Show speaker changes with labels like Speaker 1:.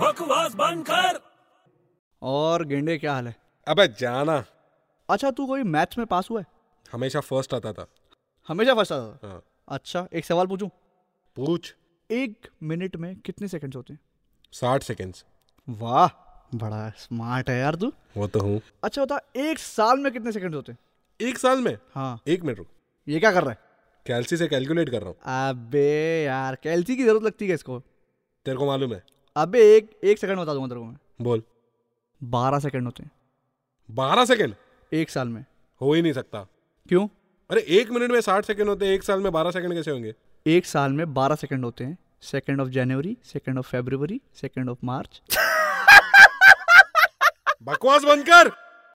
Speaker 1: बकवास बंद कर
Speaker 2: और गेंडे क्या हाल है
Speaker 3: अबे जाना
Speaker 2: अच्छा तू कोई मैथ्स में पास हुआ है
Speaker 3: हमेशा फर्स्ट आता था
Speaker 2: हमेशा फर्स्ट आता था
Speaker 3: हाँ।
Speaker 2: अच्छा एक सवाल पूछूं
Speaker 3: पूछ
Speaker 2: एक मिनट में कितने सेकंड्स होते हैं
Speaker 3: साठ सेकेंड्स
Speaker 2: वाह बड़ा स्मार्ट है यार तू
Speaker 3: वो तो हूँ
Speaker 2: अच्छा बता एक साल में कितने सेकंड्स होते हैं
Speaker 3: एक साल में
Speaker 2: हाँ
Speaker 3: एक मिनट रुक
Speaker 2: ये क्या कर रहा है
Speaker 3: कैलसी से कैलकुलेट कर रहा हूँ
Speaker 2: अबे यार कैलसी की जरूरत लगती है इसको
Speaker 3: तेरे को मालूम है
Speaker 2: अबे एक एक सेकंड बता दूंगा तेरे को मैं
Speaker 3: बोल
Speaker 2: बारह सेकंड होते हैं
Speaker 3: बारह सेकेंड
Speaker 2: एक साल में
Speaker 3: हो ही नहीं सकता
Speaker 2: क्यों
Speaker 3: अरे एक मिनट में साठ सेकेंड होते हैं एक साल में बारह सेकेंड कैसे होंगे
Speaker 2: एक साल में बारह सेकंड होते हैं second of January second of February second of March
Speaker 3: बकवास बंद कर